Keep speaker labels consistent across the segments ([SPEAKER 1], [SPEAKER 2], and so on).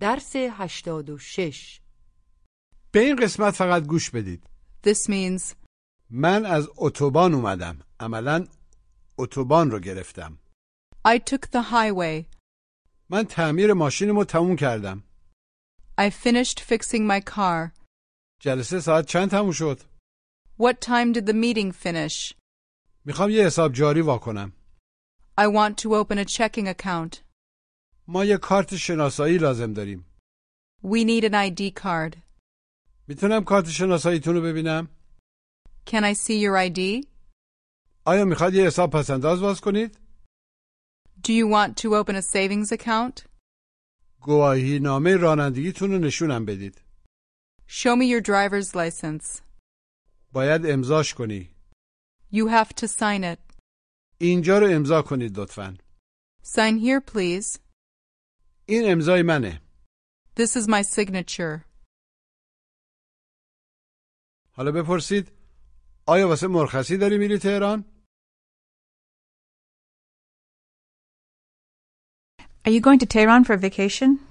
[SPEAKER 1] درس 86
[SPEAKER 2] به این قسمت فقط گوش بدید
[SPEAKER 3] This means,
[SPEAKER 2] من از اتوبان اومدم عملا اتوبان رو گرفتم
[SPEAKER 3] I took the highway.
[SPEAKER 2] من تعمیر ماشینم رو تموم کردم
[SPEAKER 3] I finished fixing my car.
[SPEAKER 2] جلسه ساعت چند تموم شد
[SPEAKER 3] What time did the meeting finish?
[SPEAKER 2] میخوام یه حساب جاری واکنم
[SPEAKER 3] I want to open a checking account.
[SPEAKER 2] ما یه کارت شناسایی لازم داریم
[SPEAKER 3] We need an ID card.
[SPEAKER 2] میتونم کارت شناساییتون رو ببینم
[SPEAKER 3] Can I see your ID?
[SPEAKER 2] آیا میخواد یه حساب پسنداز باز کنید
[SPEAKER 3] Do you want to open a savings account?
[SPEAKER 2] گواهی نامه رانندگیتون رو نشونم بدید
[SPEAKER 3] Show me your driver's license.
[SPEAKER 2] باید امضاش کنی
[SPEAKER 3] You have to sign it.
[SPEAKER 2] اینجا رو امضا کنید لطفا
[SPEAKER 3] Sign here, please.
[SPEAKER 2] این امضای منه
[SPEAKER 3] This is my signature.
[SPEAKER 2] حالا بپرسید آیا واسه مرخصی داری میری تهران؟
[SPEAKER 4] Are you going to Tehran for vacation?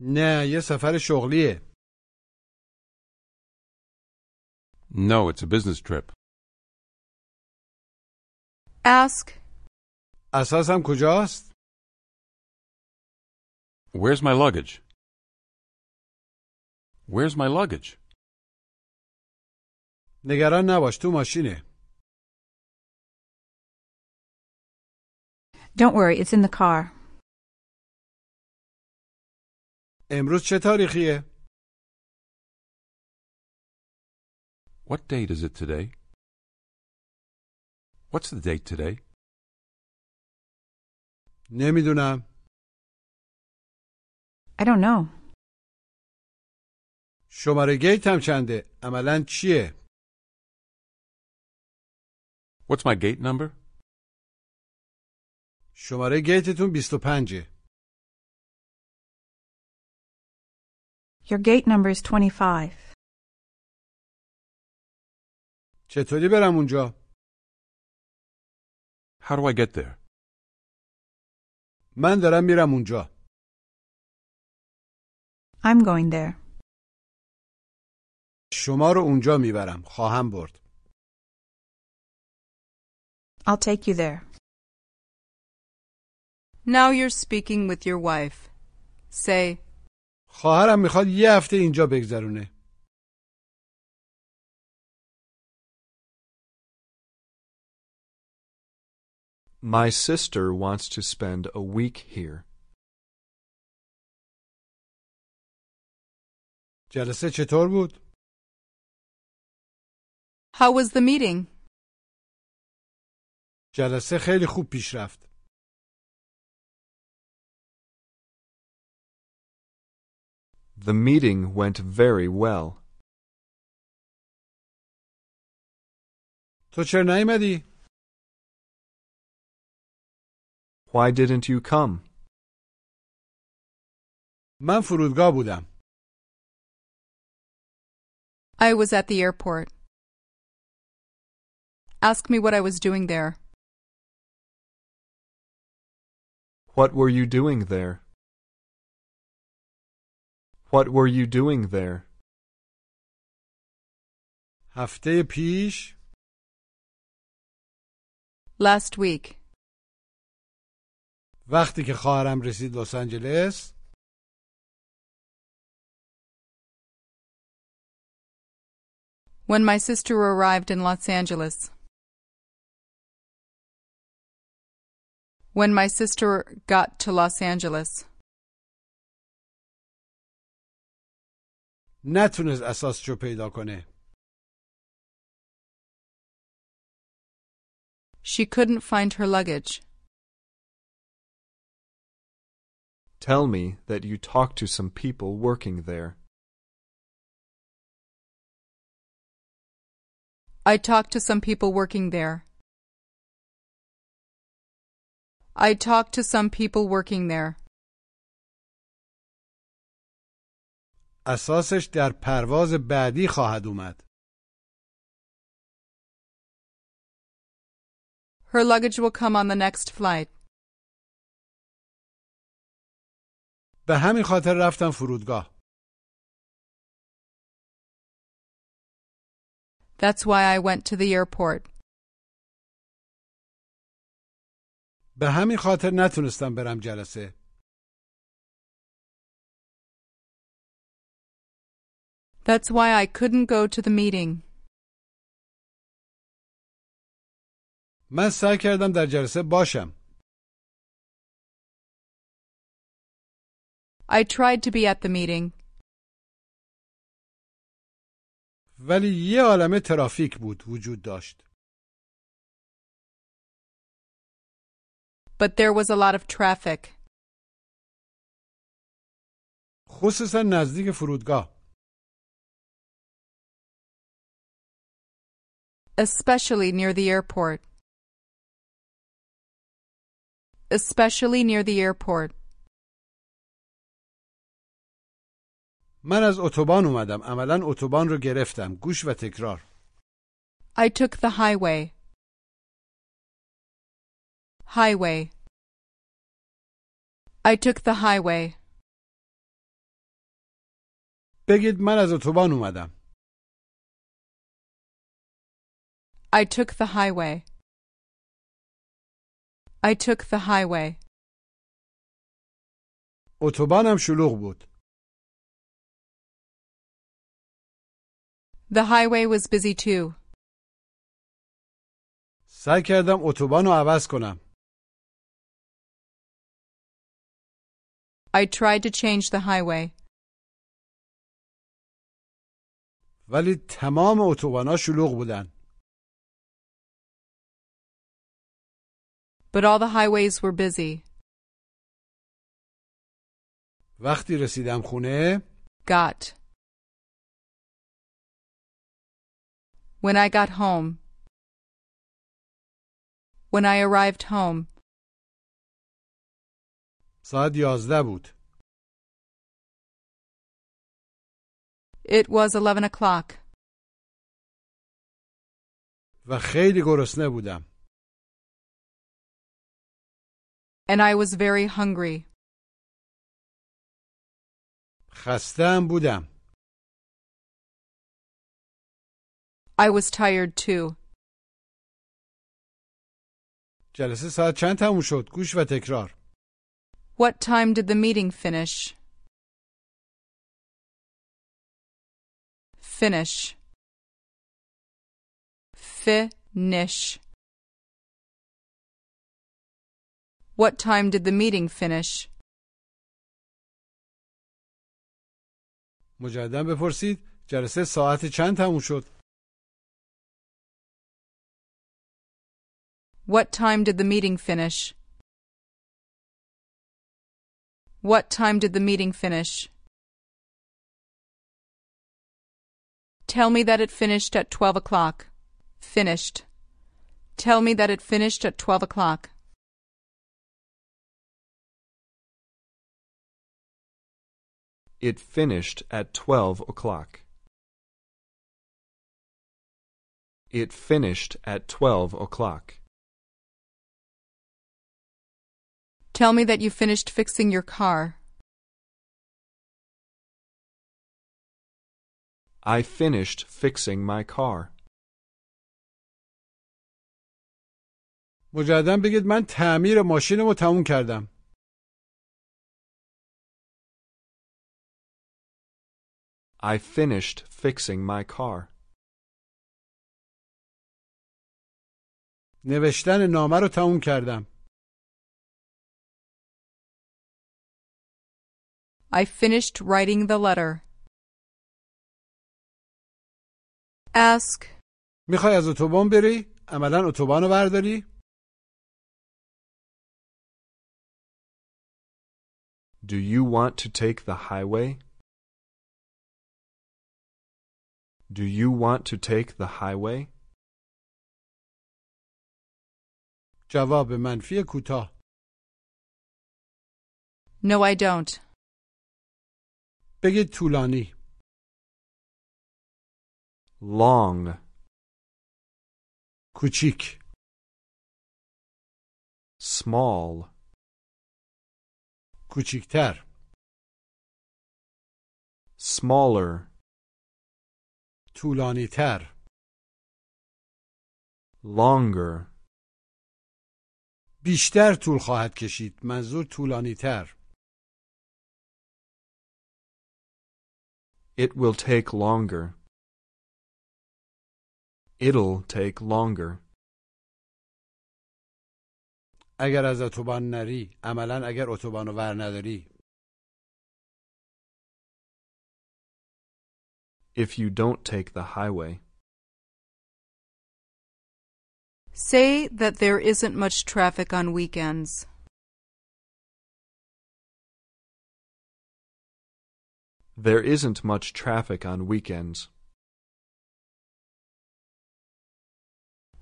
[SPEAKER 2] نه یه سفر شغلیه
[SPEAKER 5] No, it's a business trip.
[SPEAKER 3] Ask,
[SPEAKER 2] اساسم کجاست؟
[SPEAKER 5] Where's my luggage? Where's my luggage?
[SPEAKER 2] نگران نباش تو ماشینه
[SPEAKER 4] Don't worry, it's in the car.
[SPEAKER 2] امروز چه تاریخیه؟
[SPEAKER 5] What date is it today? What's the date today?
[SPEAKER 2] نمیدونم
[SPEAKER 4] I don't know.
[SPEAKER 2] شماره گیت هم چنده عملا چیه؟
[SPEAKER 5] What's my gate number?
[SPEAKER 2] شماره گیتتون 25
[SPEAKER 4] Your gate number is 25.
[SPEAKER 2] چطوری برم اونجا؟
[SPEAKER 5] How do I get there?
[SPEAKER 2] من دارم میرم اونجا
[SPEAKER 4] I'm going there.
[SPEAKER 2] شما رو اونجا میبرم خواهم برد
[SPEAKER 4] I'll take you there.
[SPEAKER 3] now you're speaking with your wife. Say,
[SPEAKER 2] خواهرم میخواد یه هفته اینجا بگذرونه
[SPEAKER 6] My sister wants to spend a week here.
[SPEAKER 2] جلسه چطور بود؟
[SPEAKER 3] How was the meeting?
[SPEAKER 2] جلسه خیلی خوب پیش رفت
[SPEAKER 6] The meeting went very well.
[SPEAKER 2] تو چرا نیومدی؟
[SPEAKER 6] Why didn't you come?
[SPEAKER 2] من فرودگاه بودم
[SPEAKER 3] I was at the airport. Ask me what I was doing there.
[SPEAKER 6] What were you doing there? What were you doing there?
[SPEAKER 2] هفته پیش
[SPEAKER 3] Last week.
[SPEAKER 2] وقتی که خواهرم رسید لس آنجلس
[SPEAKER 3] When my sister arrived in Los Angeles. When my sister got to Los Angeles,
[SPEAKER 2] نتونست اساسش رو پیدا کنه
[SPEAKER 3] she couldn't find her luggage.
[SPEAKER 6] Tell me that you talked to some people working there.
[SPEAKER 3] I talked to some people working there. I talked to some people working there.
[SPEAKER 2] اساسش در پرواز بعدی خواهد اومد
[SPEAKER 3] Her luggage will come on the next flight.
[SPEAKER 2] به همین خاطر رفتم فرودگاه
[SPEAKER 3] That's why I went to the airport.
[SPEAKER 2] به همین خاطر نتونستم برم جلسه
[SPEAKER 3] That's why I couldn't go to the meeting.
[SPEAKER 2] من سعی کردم در جلسه باشم
[SPEAKER 3] I tried to be at the meeting,
[SPEAKER 2] ولی یه عالمه ترافیک بود وجود داشت
[SPEAKER 3] but there was a lot of traffic,
[SPEAKER 2] خصوصا نزدیک فرودگاه
[SPEAKER 3] especially near the airport. Especially near the airport.
[SPEAKER 2] من از اتوبان اومدم عملا اتوبان رو گرفتم گوش و تکرار
[SPEAKER 3] I took the highway. Highway. I took the highway.
[SPEAKER 2] بگید من از اتوبان اومدم
[SPEAKER 3] I took the highway. I took the highway.
[SPEAKER 2] اتوبانم شلوغ بود
[SPEAKER 3] The highway was busy too.
[SPEAKER 2] سعی کردم اتوبان رو عوض کنم
[SPEAKER 3] I tried to change the highway,
[SPEAKER 2] ولی تمام اتوبانها شلوغ بودن
[SPEAKER 3] but all the highways were busy.
[SPEAKER 2] وقتی رسیدم خونه
[SPEAKER 3] Got. When I got home. When I arrived home.
[SPEAKER 2] ساعت یازده بود
[SPEAKER 3] It was 11 o'clock,
[SPEAKER 2] و خیلی گرسنه بودم
[SPEAKER 3] and I was very hungry.
[SPEAKER 2] خستم بودم
[SPEAKER 3] I was tired too.
[SPEAKER 2] جلسه ساعت چند تموم شد گوش و تکرار
[SPEAKER 3] What time did the meeting finish? Finish. Finish. What time did the meeting finish?
[SPEAKER 2] مجددا بپرسید جلسه ساعت چند تموم شد
[SPEAKER 3] What time did the meeting finish? What time did the meeting finish? Tell me that it finished at 12 o'clock. Finished. Tell me that it finished at 12 o'clock.
[SPEAKER 6] It finished at twelve o'clock. It finished at twelve o'clock.
[SPEAKER 3] Tell me that you finished fixing your car.
[SPEAKER 6] I finished fixing my car.
[SPEAKER 2] مجددا بگید من تعمیر ماشینمو تموم کردم
[SPEAKER 6] I finished fixing my car.
[SPEAKER 2] نوشتن نامه رو تموم کردم
[SPEAKER 3] I finished writing the letter. Ask.
[SPEAKER 2] میخوای از اتوبان بری عملا اتوبان رو برداری
[SPEAKER 6] Do you want to take the highway? Do you want to take the highway?
[SPEAKER 2] جواب منفی کوتاه
[SPEAKER 3] No, I don't.
[SPEAKER 2] بگید طولانی
[SPEAKER 6] Long,
[SPEAKER 2] کوچیک
[SPEAKER 6] small,
[SPEAKER 2] کوچیکتر
[SPEAKER 6] Smaller.
[SPEAKER 2] طولانی تر
[SPEAKER 6] Longer.
[SPEAKER 2] بیشتر طول خواهد کشید منظور طولانی تر
[SPEAKER 6] It will take longer. It'll take longer.
[SPEAKER 2] اگر از اتوبان نری عملا اگر اتوبان رو ور نداری
[SPEAKER 6] If you don't take the highway.
[SPEAKER 3] Say that there isn't much traffic on weekends.
[SPEAKER 6] There isn't much traffic on weekends.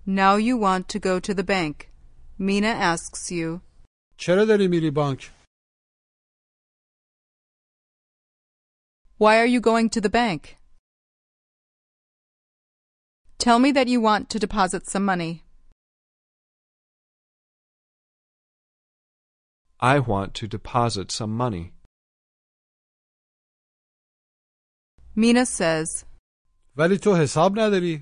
[SPEAKER 3] Now you want to go to the bank. Mina asks you,
[SPEAKER 2] چرا داری میری بانک
[SPEAKER 3] Why are you going to the bank? Tell me that you want to deposit some money.
[SPEAKER 6] I want to deposit some money.
[SPEAKER 3] Mina says,
[SPEAKER 2] ولی تو حساب نداری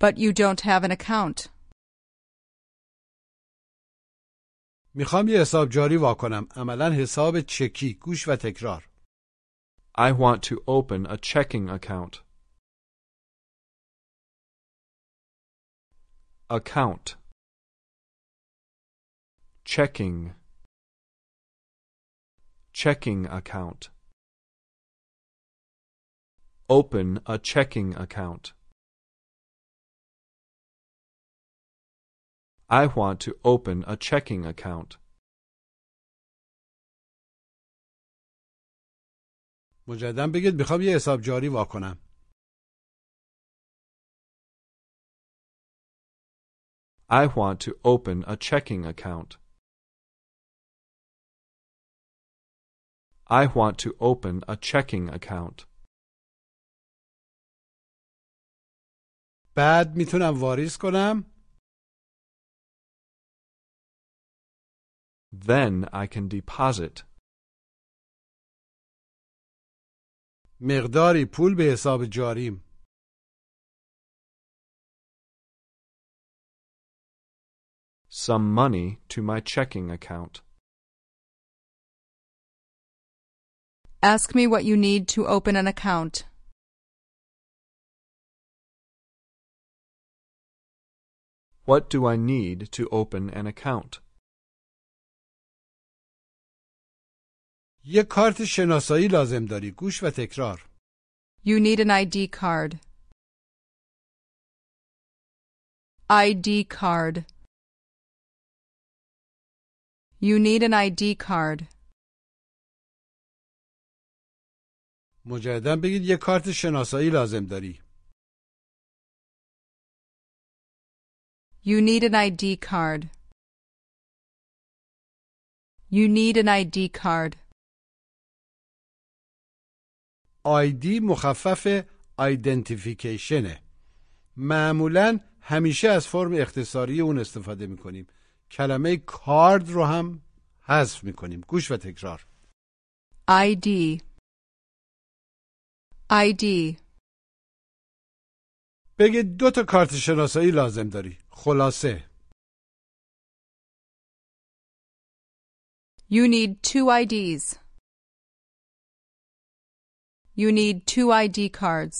[SPEAKER 3] But you don't have an account.
[SPEAKER 2] میخوام یه حساب جاری وا کنم عملا حساب چکی گوش و تکرار
[SPEAKER 6] I want to open a checking account. Account. Checking. Checking account. Open a checking account. I want to open a checking account.
[SPEAKER 2] مجددا بگید میخوام یه حساب جاری وا کنم
[SPEAKER 6] I want to open a checking account. I want to open a checking account.
[SPEAKER 2] بعد میتونم واریز کنم
[SPEAKER 6] Then I can deposit
[SPEAKER 2] مقداری پول به حساب جاریم
[SPEAKER 6] some money to my checking account.
[SPEAKER 3] Ask me what you need to open an account.
[SPEAKER 6] What do I need to open an account?
[SPEAKER 2] یه کارت شناسایی لازم داری گوش و تکرار
[SPEAKER 3] You need an ID card. ID card. You need an ID card.
[SPEAKER 2] مجددا بگید یه کارت شناسایی لازم داری
[SPEAKER 3] You need an ID card. You need an ID card.
[SPEAKER 2] آیدی مخفف آیدنتیفیکیشنه معمولا همیشه از فرم اختصاری اون استفاده میکنیم کلمه کارد رو هم حذف میکنیم گوش و تکرار
[SPEAKER 3] ID. ID.
[SPEAKER 2] بگید دو تا کارت شناسایی لازم داری خلاصه
[SPEAKER 3] You need two IDs. You need two ID cards.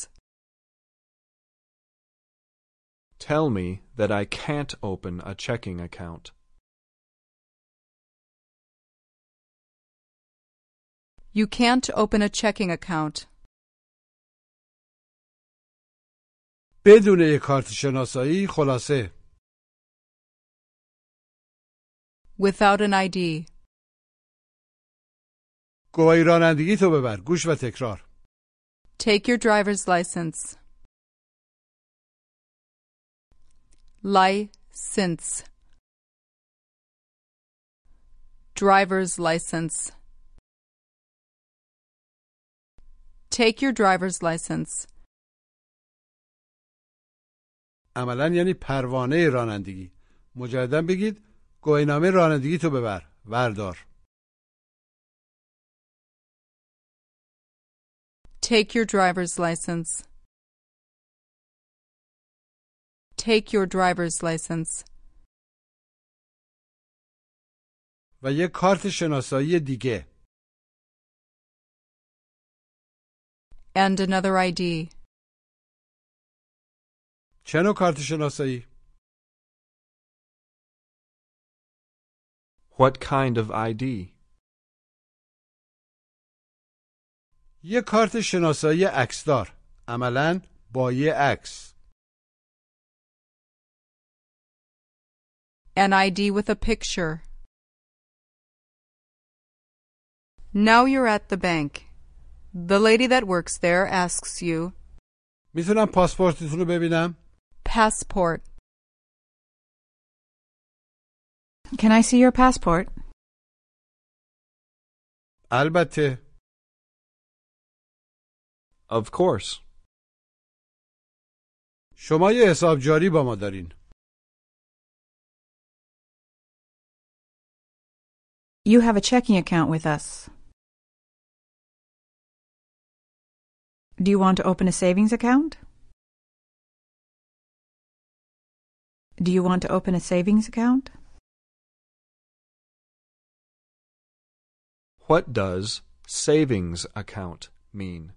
[SPEAKER 6] Tell me that I can't open a checking account.
[SPEAKER 3] You can't open a checking account.
[SPEAKER 2] بدون یه کارت شناسایی خلاصه
[SPEAKER 3] Without an ID.
[SPEAKER 2] گواهی رانندگی تو ببر گوش و تکرار
[SPEAKER 3] Take your driver's license. License. Driver's license. Take your driver's license.
[SPEAKER 2] عملا یعنی پروانه رانندگی مجددا بگید گواهینامه رانندگی تو ببر وردار
[SPEAKER 7] Take your driver's license. Take your driver's license.
[SPEAKER 2] و یه کارت شناسایی دیگه
[SPEAKER 7] And another ID.
[SPEAKER 2] چه نوع کارت شناسایی؟
[SPEAKER 6] What kind of ID?
[SPEAKER 2] یه کارت شناسایی عکسدار عملا با یه عکس
[SPEAKER 7] An ID with a picture. Now you're at the bank. The lady that works there asks you,
[SPEAKER 2] میتونم پاسپورتتون رو ببینم؟
[SPEAKER 7] Passport.
[SPEAKER 3] Can I see your passport?
[SPEAKER 2] البته
[SPEAKER 6] Of course.
[SPEAKER 2] شما یه حساب جاری با ما دارین
[SPEAKER 3] You have a checking account with us. Do you want to open a savings account? Do you want to open a savings account?
[SPEAKER 6] What does savings account mean?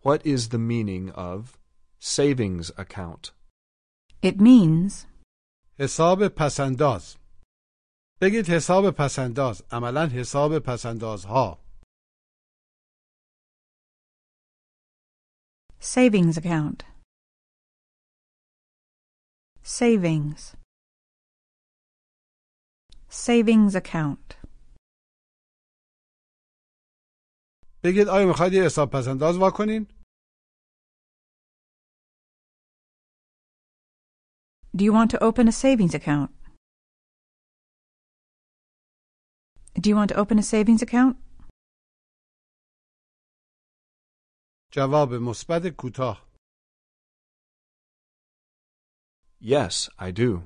[SPEAKER 6] What is the meaning of savings account?
[SPEAKER 3] It means
[SPEAKER 2] حساب پسنداز بگید حساب پسنداز عملا حساب پسندازها
[SPEAKER 3] savings account. Savings. Savings account.
[SPEAKER 2] بگید آیا میخواید یه حساب پسنداز وا کنین؟
[SPEAKER 3] Do you want to open a savings account? Do you want to open a savings account?
[SPEAKER 2] جواب مثبت کوتاه
[SPEAKER 6] Yes, I do.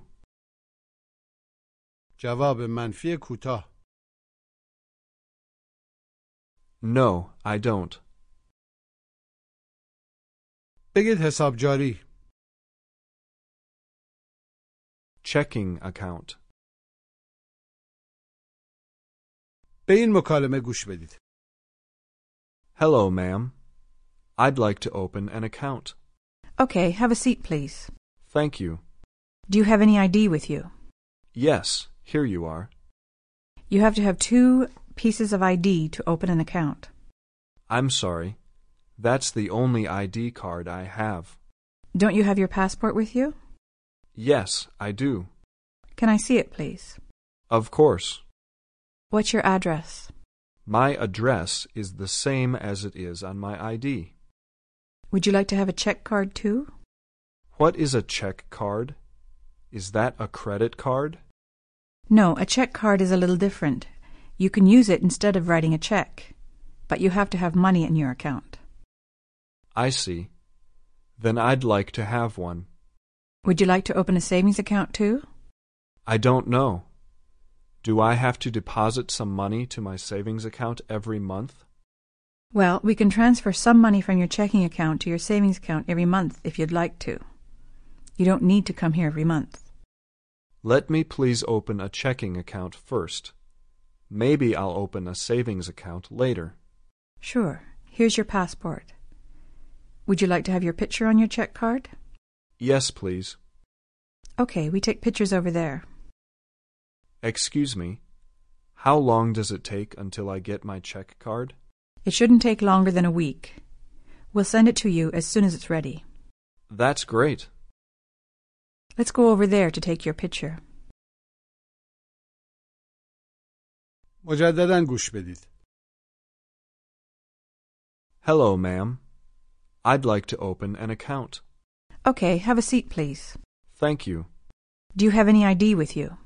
[SPEAKER 2] جواب منفی کوتاه
[SPEAKER 6] No, I don't.
[SPEAKER 2] بگید حساب جاری
[SPEAKER 6] Checking account.
[SPEAKER 2] به این مکالمه گوش بدید
[SPEAKER 6] Hello, ma'am. I'd like to open an account.
[SPEAKER 3] Okay, have a seat, please.
[SPEAKER 6] Thank you.
[SPEAKER 3] Do you have any ID with you?
[SPEAKER 6] Yes, here you are.
[SPEAKER 3] You have to have two pieces of ID to open an account.
[SPEAKER 6] I'm sorry. That's the only ID card I have.
[SPEAKER 3] Don't you have your passport with you?
[SPEAKER 6] Yes, I do.
[SPEAKER 3] Can I see it, please?
[SPEAKER 6] Of course.
[SPEAKER 3] What's your address?
[SPEAKER 6] My address is the same as it is on my ID.
[SPEAKER 3] Would you like to have a check card, too?
[SPEAKER 6] What is a check card? Is that a credit card?
[SPEAKER 3] No, a check card is a little different. You can use it instead of writing a check, but you have to have money in your account.
[SPEAKER 6] I see. Then I'd like to have one.
[SPEAKER 3] Would you like to open a savings account, too?
[SPEAKER 6] I don't know. Do I have to deposit some money to my savings account every month?
[SPEAKER 3] Well, we can transfer some money from your checking account to your savings account every month if you'd like to. You don't need to come here every month.
[SPEAKER 6] Let me please open a checking account first. Maybe I'll open a savings account later.
[SPEAKER 3] Sure. Here's your passport. Would you like to have your picture on your check card?
[SPEAKER 6] Yes, please.
[SPEAKER 3] Okay, we take pictures over there.
[SPEAKER 6] Excuse me. How long does it take until I get my check card?
[SPEAKER 3] It shouldn't take longer than a week. We'll send it to you as soon as it's ready.
[SPEAKER 6] That's great.
[SPEAKER 3] Let's go over there to take your picture.
[SPEAKER 2] مجددا گوش بدید
[SPEAKER 6] Hello, ma'am. I'd like to open an account.
[SPEAKER 3] Okay, have a seat, please.
[SPEAKER 6] Thank you.
[SPEAKER 3] Do you have any ID with you?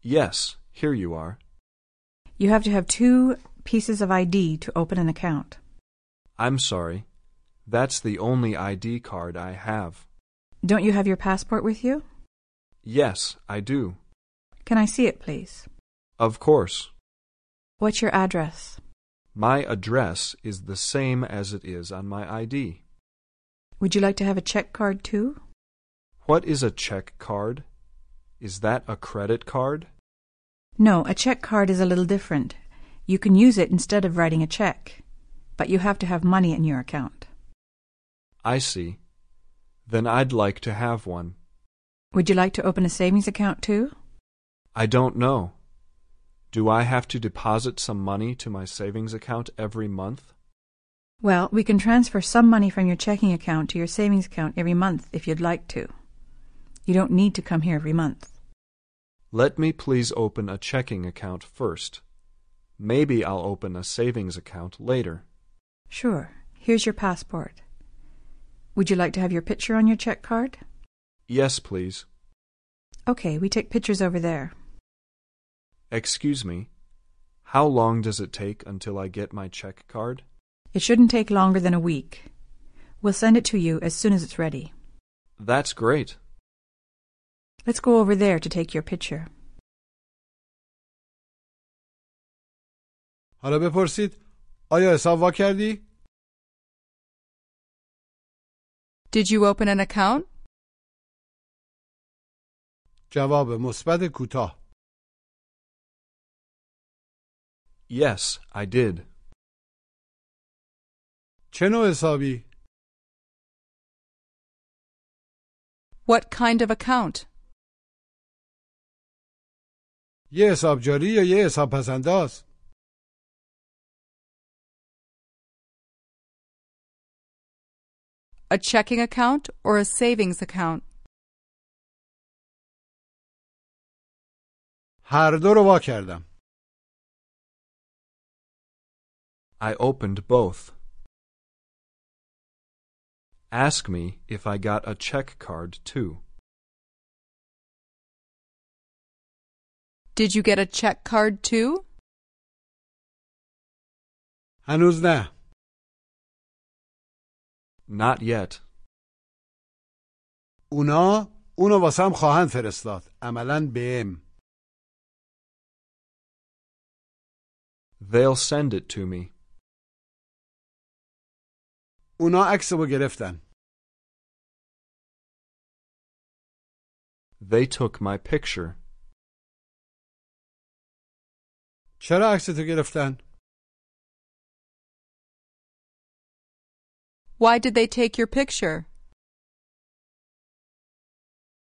[SPEAKER 6] Yes, here you are.
[SPEAKER 3] You have to have two pieces of ID to open an account.
[SPEAKER 6] I'm sorry. That's the only ID card I have.
[SPEAKER 3] Don't you have your passport with you?
[SPEAKER 6] Yes, I do.
[SPEAKER 3] Can I see it, please?
[SPEAKER 6] Of course.
[SPEAKER 3] What's your address?
[SPEAKER 6] My address is the same as it is on my ID.
[SPEAKER 3] Would you like to have a check card too?
[SPEAKER 6] What is a check card? Is that a credit card?
[SPEAKER 3] No, a check card is a little different. You can use it instead of writing a check, but you have to have money in your account.
[SPEAKER 6] I see. Then I'd like to have one.
[SPEAKER 3] Would you like to open a savings account too?
[SPEAKER 6] I don't know. Do I have to deposit some money to my savings account every month?
[SPEAKER 3] Well, we can transfer some money from your checking account to your savings account every month if you'd like to. You don't need to come here every month.
[SPEAKER 6] Let me please open a checking account first. Maybe I'll open a savings account later.
[SPEAKER 3] Sure. Here's your passport. Would you like to have your picture on your check card?
[SPEAKER 6] Yes, please.
[SPEAKER 3] Okay, we take pictures over there.
[SPEAKER 6] Excuse me. How long does it take until I get my check card?
[SPEAKER 3] It shouldn't take longer than a week. We'll send it to you as soon as it's ready.
[SPEAKER 6] That's great.
[SPEAKER 3] Let's go over there to take your picture.
[SPEAKER 2] حالا بپرسید آیا حساب وا کردی؟
[SPEAKER 7] Did you open an account?
[SPEAKER 2] جواب مثبت کوتاه
[SPEAKER 6] Yes, I did.
[SPEAKER 2] چه نوع حسابی؟
[SPEAKER 7] What kind of account?
[SPEAKER 2] یه حساب جاری یا یه حساب پسنداز؟
[SPEAKER 7] A checking account or a savings account?
[SPEAKER 2] هر دو رو وا کردم
[SPEAKER 6] I opened both. Ask me if I got a check card too.
[SPEAKER 7] Did you get a check card too?
[SPEAKER 2] هنوز نه
[SPEAKER 6] Not yet.
[SPEAKER 2] اونا اونو واسم خواهند فرستاد عملا بهم
[SPEAKER 6] They'll send it to me.
[SPEAKER 2] اونا عکسمو گرفتن
[SPEAKER 6] They took my picture
[SPEAKER 2] چرا عکستو گرفتن؟
[SPEAKER 7] Why did they take your picture?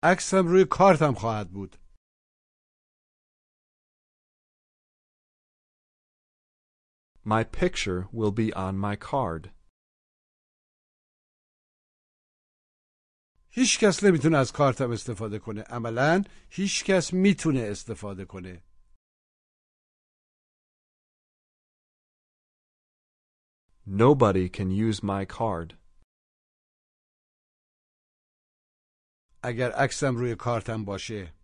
[SPEAKER 2] عکسم روی کارتم خواهد بود
[SPEAKER 6] My picture will be on my card.
[SPEAKER 2] هیچ کس نمیتونه از کارتم استفاده کنه عملا هیچ کس میتونه استفاده کنه
[SPEAKER 6] Nobody can use my card.
[SPEAKER 2] اگر عکسم روی کارتم باشه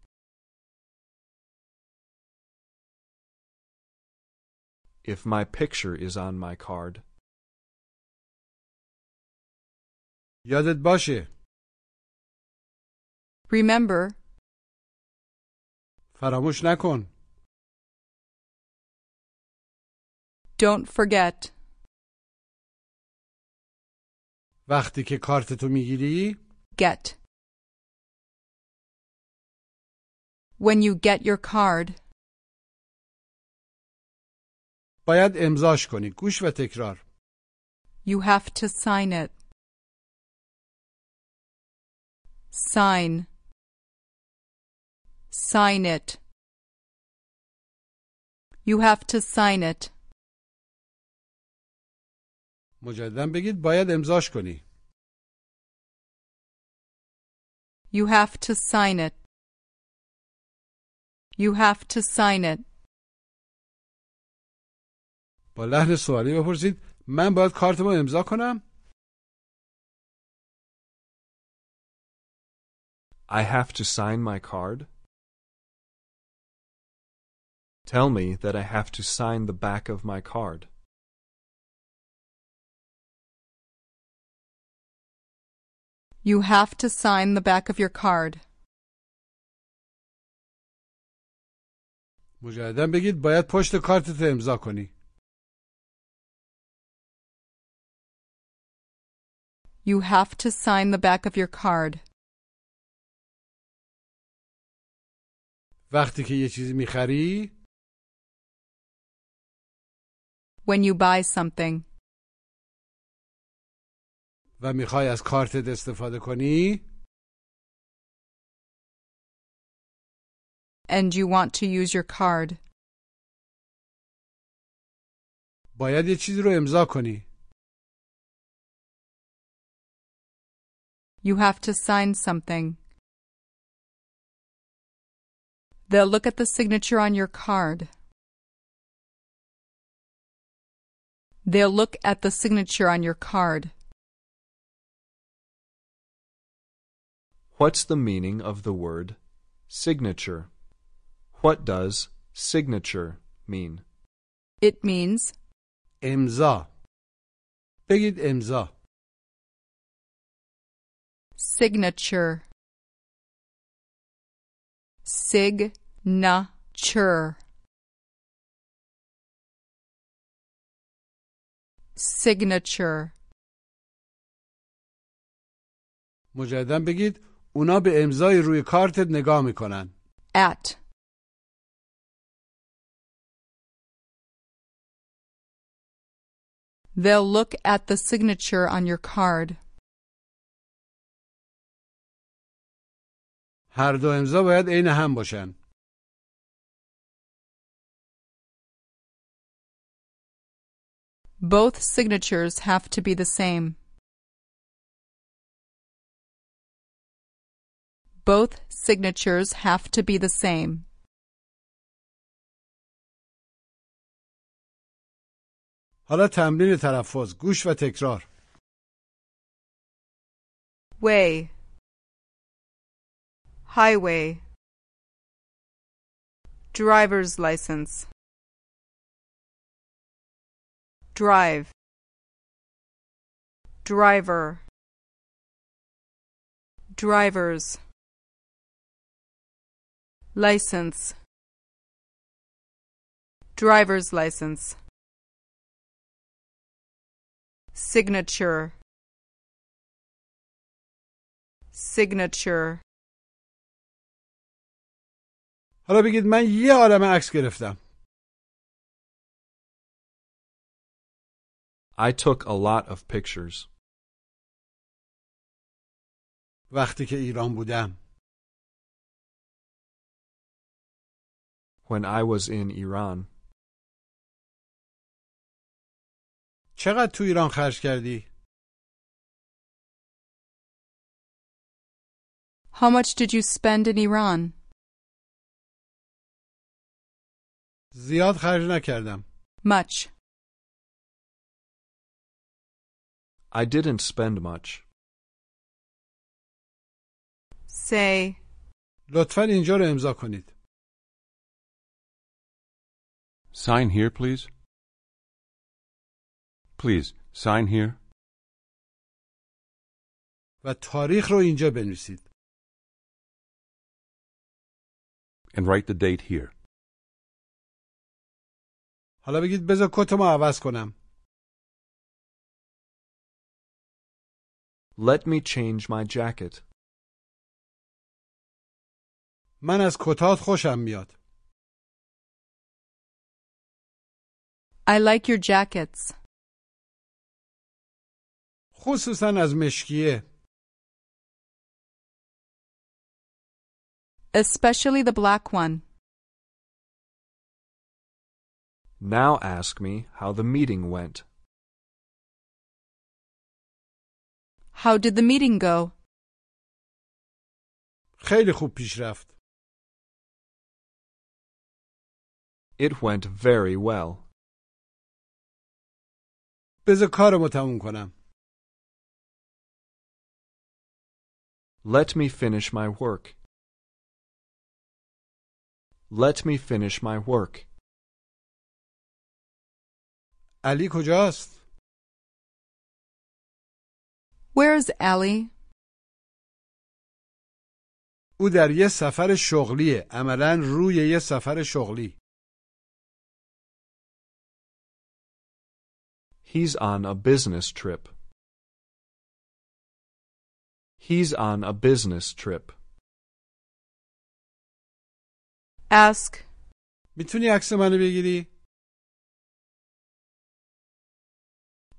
[SPEAKER 6] If my picture is on my card,
[SPEAKER 2] یادت باشه
[SPEAKER 7] Remember,
[SPEAKER 2] فراموش نکن
[SPEAKER 7] don't forget.
[SPEAKER 2] وقتی که کارتتو میگیری
[SPEAKER 7] Get. When you get your card,
[SPEAKER 2] باید امضاش کنی گوش و تکرار
[SPEAKER 7] you have to sign it. Sign. Sign it. You have to sign it.
[SPEAKER 2] مجددا بگید باید امضاش کنی
[SPEAKER 7] You have to sign it. You have to sign it.
[SPEAKER 2] با لحن سوالی بپرسید من باید کارتمو امضا کنم
[SPEAKER 6] I have to sign my card. Tell me that I have to sign the back of my card.
[SPEAKER 7] You have to sign the back of your card.
[SPEAKER 2] مجددا بگید باید پشت کارتتو امضا کنی
[SPEAKER 7] You have to sign the back of your card.
[SPEAKER 2] وقتی که یه چیزی میخری
[SPEAKER 7] When you buy something
[SPEAKER 2] و میخوای از کارتت استفاده کنی
[SPEAKER 7] and you want to use your card,
[SPEAKER 2] باید یه چیزی رو امضا کنی
[SPEAKER 7] you have to sign something. They'll look at the signature on your card. They'll look at the signature on your card.
[SPEAKER 6] What's the meaning of the word signature? What does signature mean?
[SPEAKER 7] It means
[SPEAKER 2] امضا بگید امضا
[SPEAKER 7] signature. Signature. Signature.
[SPEAKER 2] مجددا بگید اونا به امضای روی کارتت نگاه میکنن
[SPEAKER 7] At. They'll look at the signature on your card.
[SPEAKER 2] هر دو امضا باید عین هم باشن
[SPEAKER 7] Both signatures have to be the same. Both signatures have to be the same.
[SPEAKER 2] حالا تمرین تلفظ گوش و تکرار
[SPEAKER 7] Way. Highway. Driver's license. Drive. Driver. Drivers. License. Driver's license. Signature signature.
[SPEAKER 2] حالا بگید من یه عالم عکس گرفتم
[SPEAKER 6] I took a lot of pictures
[SPEAKER 2] وقتی که ایران بودم
[SPEAKER 6] when I was in Iran.
[SPEAKER 2] چقدر تو ایران خرج کردی
[SPEAKER 7] How much did you spend in Iran?
[SPEAKER 2] زیاد خرج نکردم
[SPEAKER 7] Much.
[SPEAKER 6] I didn't spend much.
[SPEAKER 7] Say,
[SPEAKER 2] لطفا اینجا رو امضا کنید
[SPEAKER 5] Sign here, please. Please, sign here.
[SPEAKER 2] و تاریخ رو اینجا بنویسید
[SPEAKER 5] And write the date here.
[SPEAKER 2] حالا بگید بذار کتمو عوض کنم
[SPEAKER 6] Let me change my jacket.
[SPEAKER 2] من از کتات خوشم میاد
[SPEAKER 7] I like your jackets,
[SPEAKER 2] خصوصا از مشکیه
[SPEAKER 7] especially the black one.
[SPEAKER 6] Now ask me how the meeting went.
[SPEAKER 7] How did the meeting go?
[SPEAKER 2] خیلی خوب پیش رفت
[SPEAKER 6] It went very well.
[SPEAKER 2] بذار کارمو تموم کنم
[SPEAKER 6] Let me finish my work. Let me finish my work.
[SPEAKER 2] علی کجاست
[SPEAKER 7] Where's Allie?
[SPEAKER 2] او در یه سفر شغلیه عملا روی یه سفر شغلی
[SPEAKER 6] He's on a business trip. He's on a business trip.
[SPEAKER 7] Ask.
[SPEAKER 2] میتونی عکس منو بگیری؟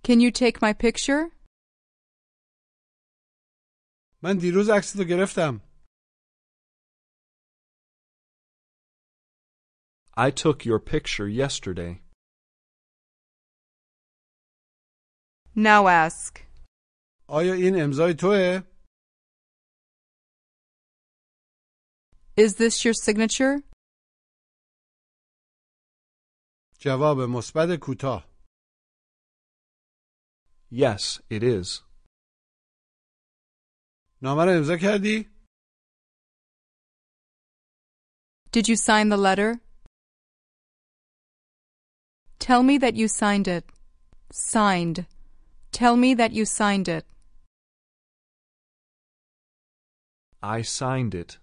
[SPEAKER 7] Can you take my picture?
[SPEAKER 2] من دیروز عکس تو گرفتم.
[SPEAKER 6] I took your picture yesterday.
[SPEAKER 7] Now ask.
[SPEAKER 2] آیا این امضای توه؟
[SPEAKER 7] Is this your signature?
[SPEAKER 2] جواب مثبت کوتاه.
[SPEAKER 6] Yes, it is.
[SPEAKER 2] نامه رو امضا کردی؟
[SPEAKER 7] Did you sign the letter? Tell me that you signed it. Signed. Tell me that you signed it.
[SPEAKER 6] I signed it.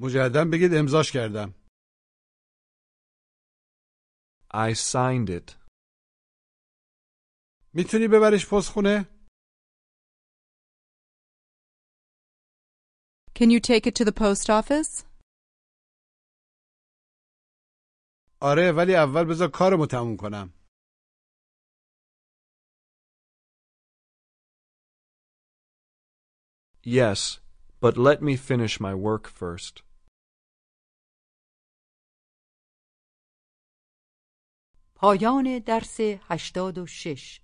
[SPEAKER 2] مجددا بگید امضاش کردم.
[SPEAKER 6] I signed it.
[SPEAKER 2] میتونی ببرش پستخونه؟
[SPEAKER 7] Can you take it to the post office?
[SPEAKER 2] آره ولی اول بذار کارمو تموم کنم.
[SPEAKER 6] Yes, but let me finish my work first.
[SPEAKER 1] پایان درس 86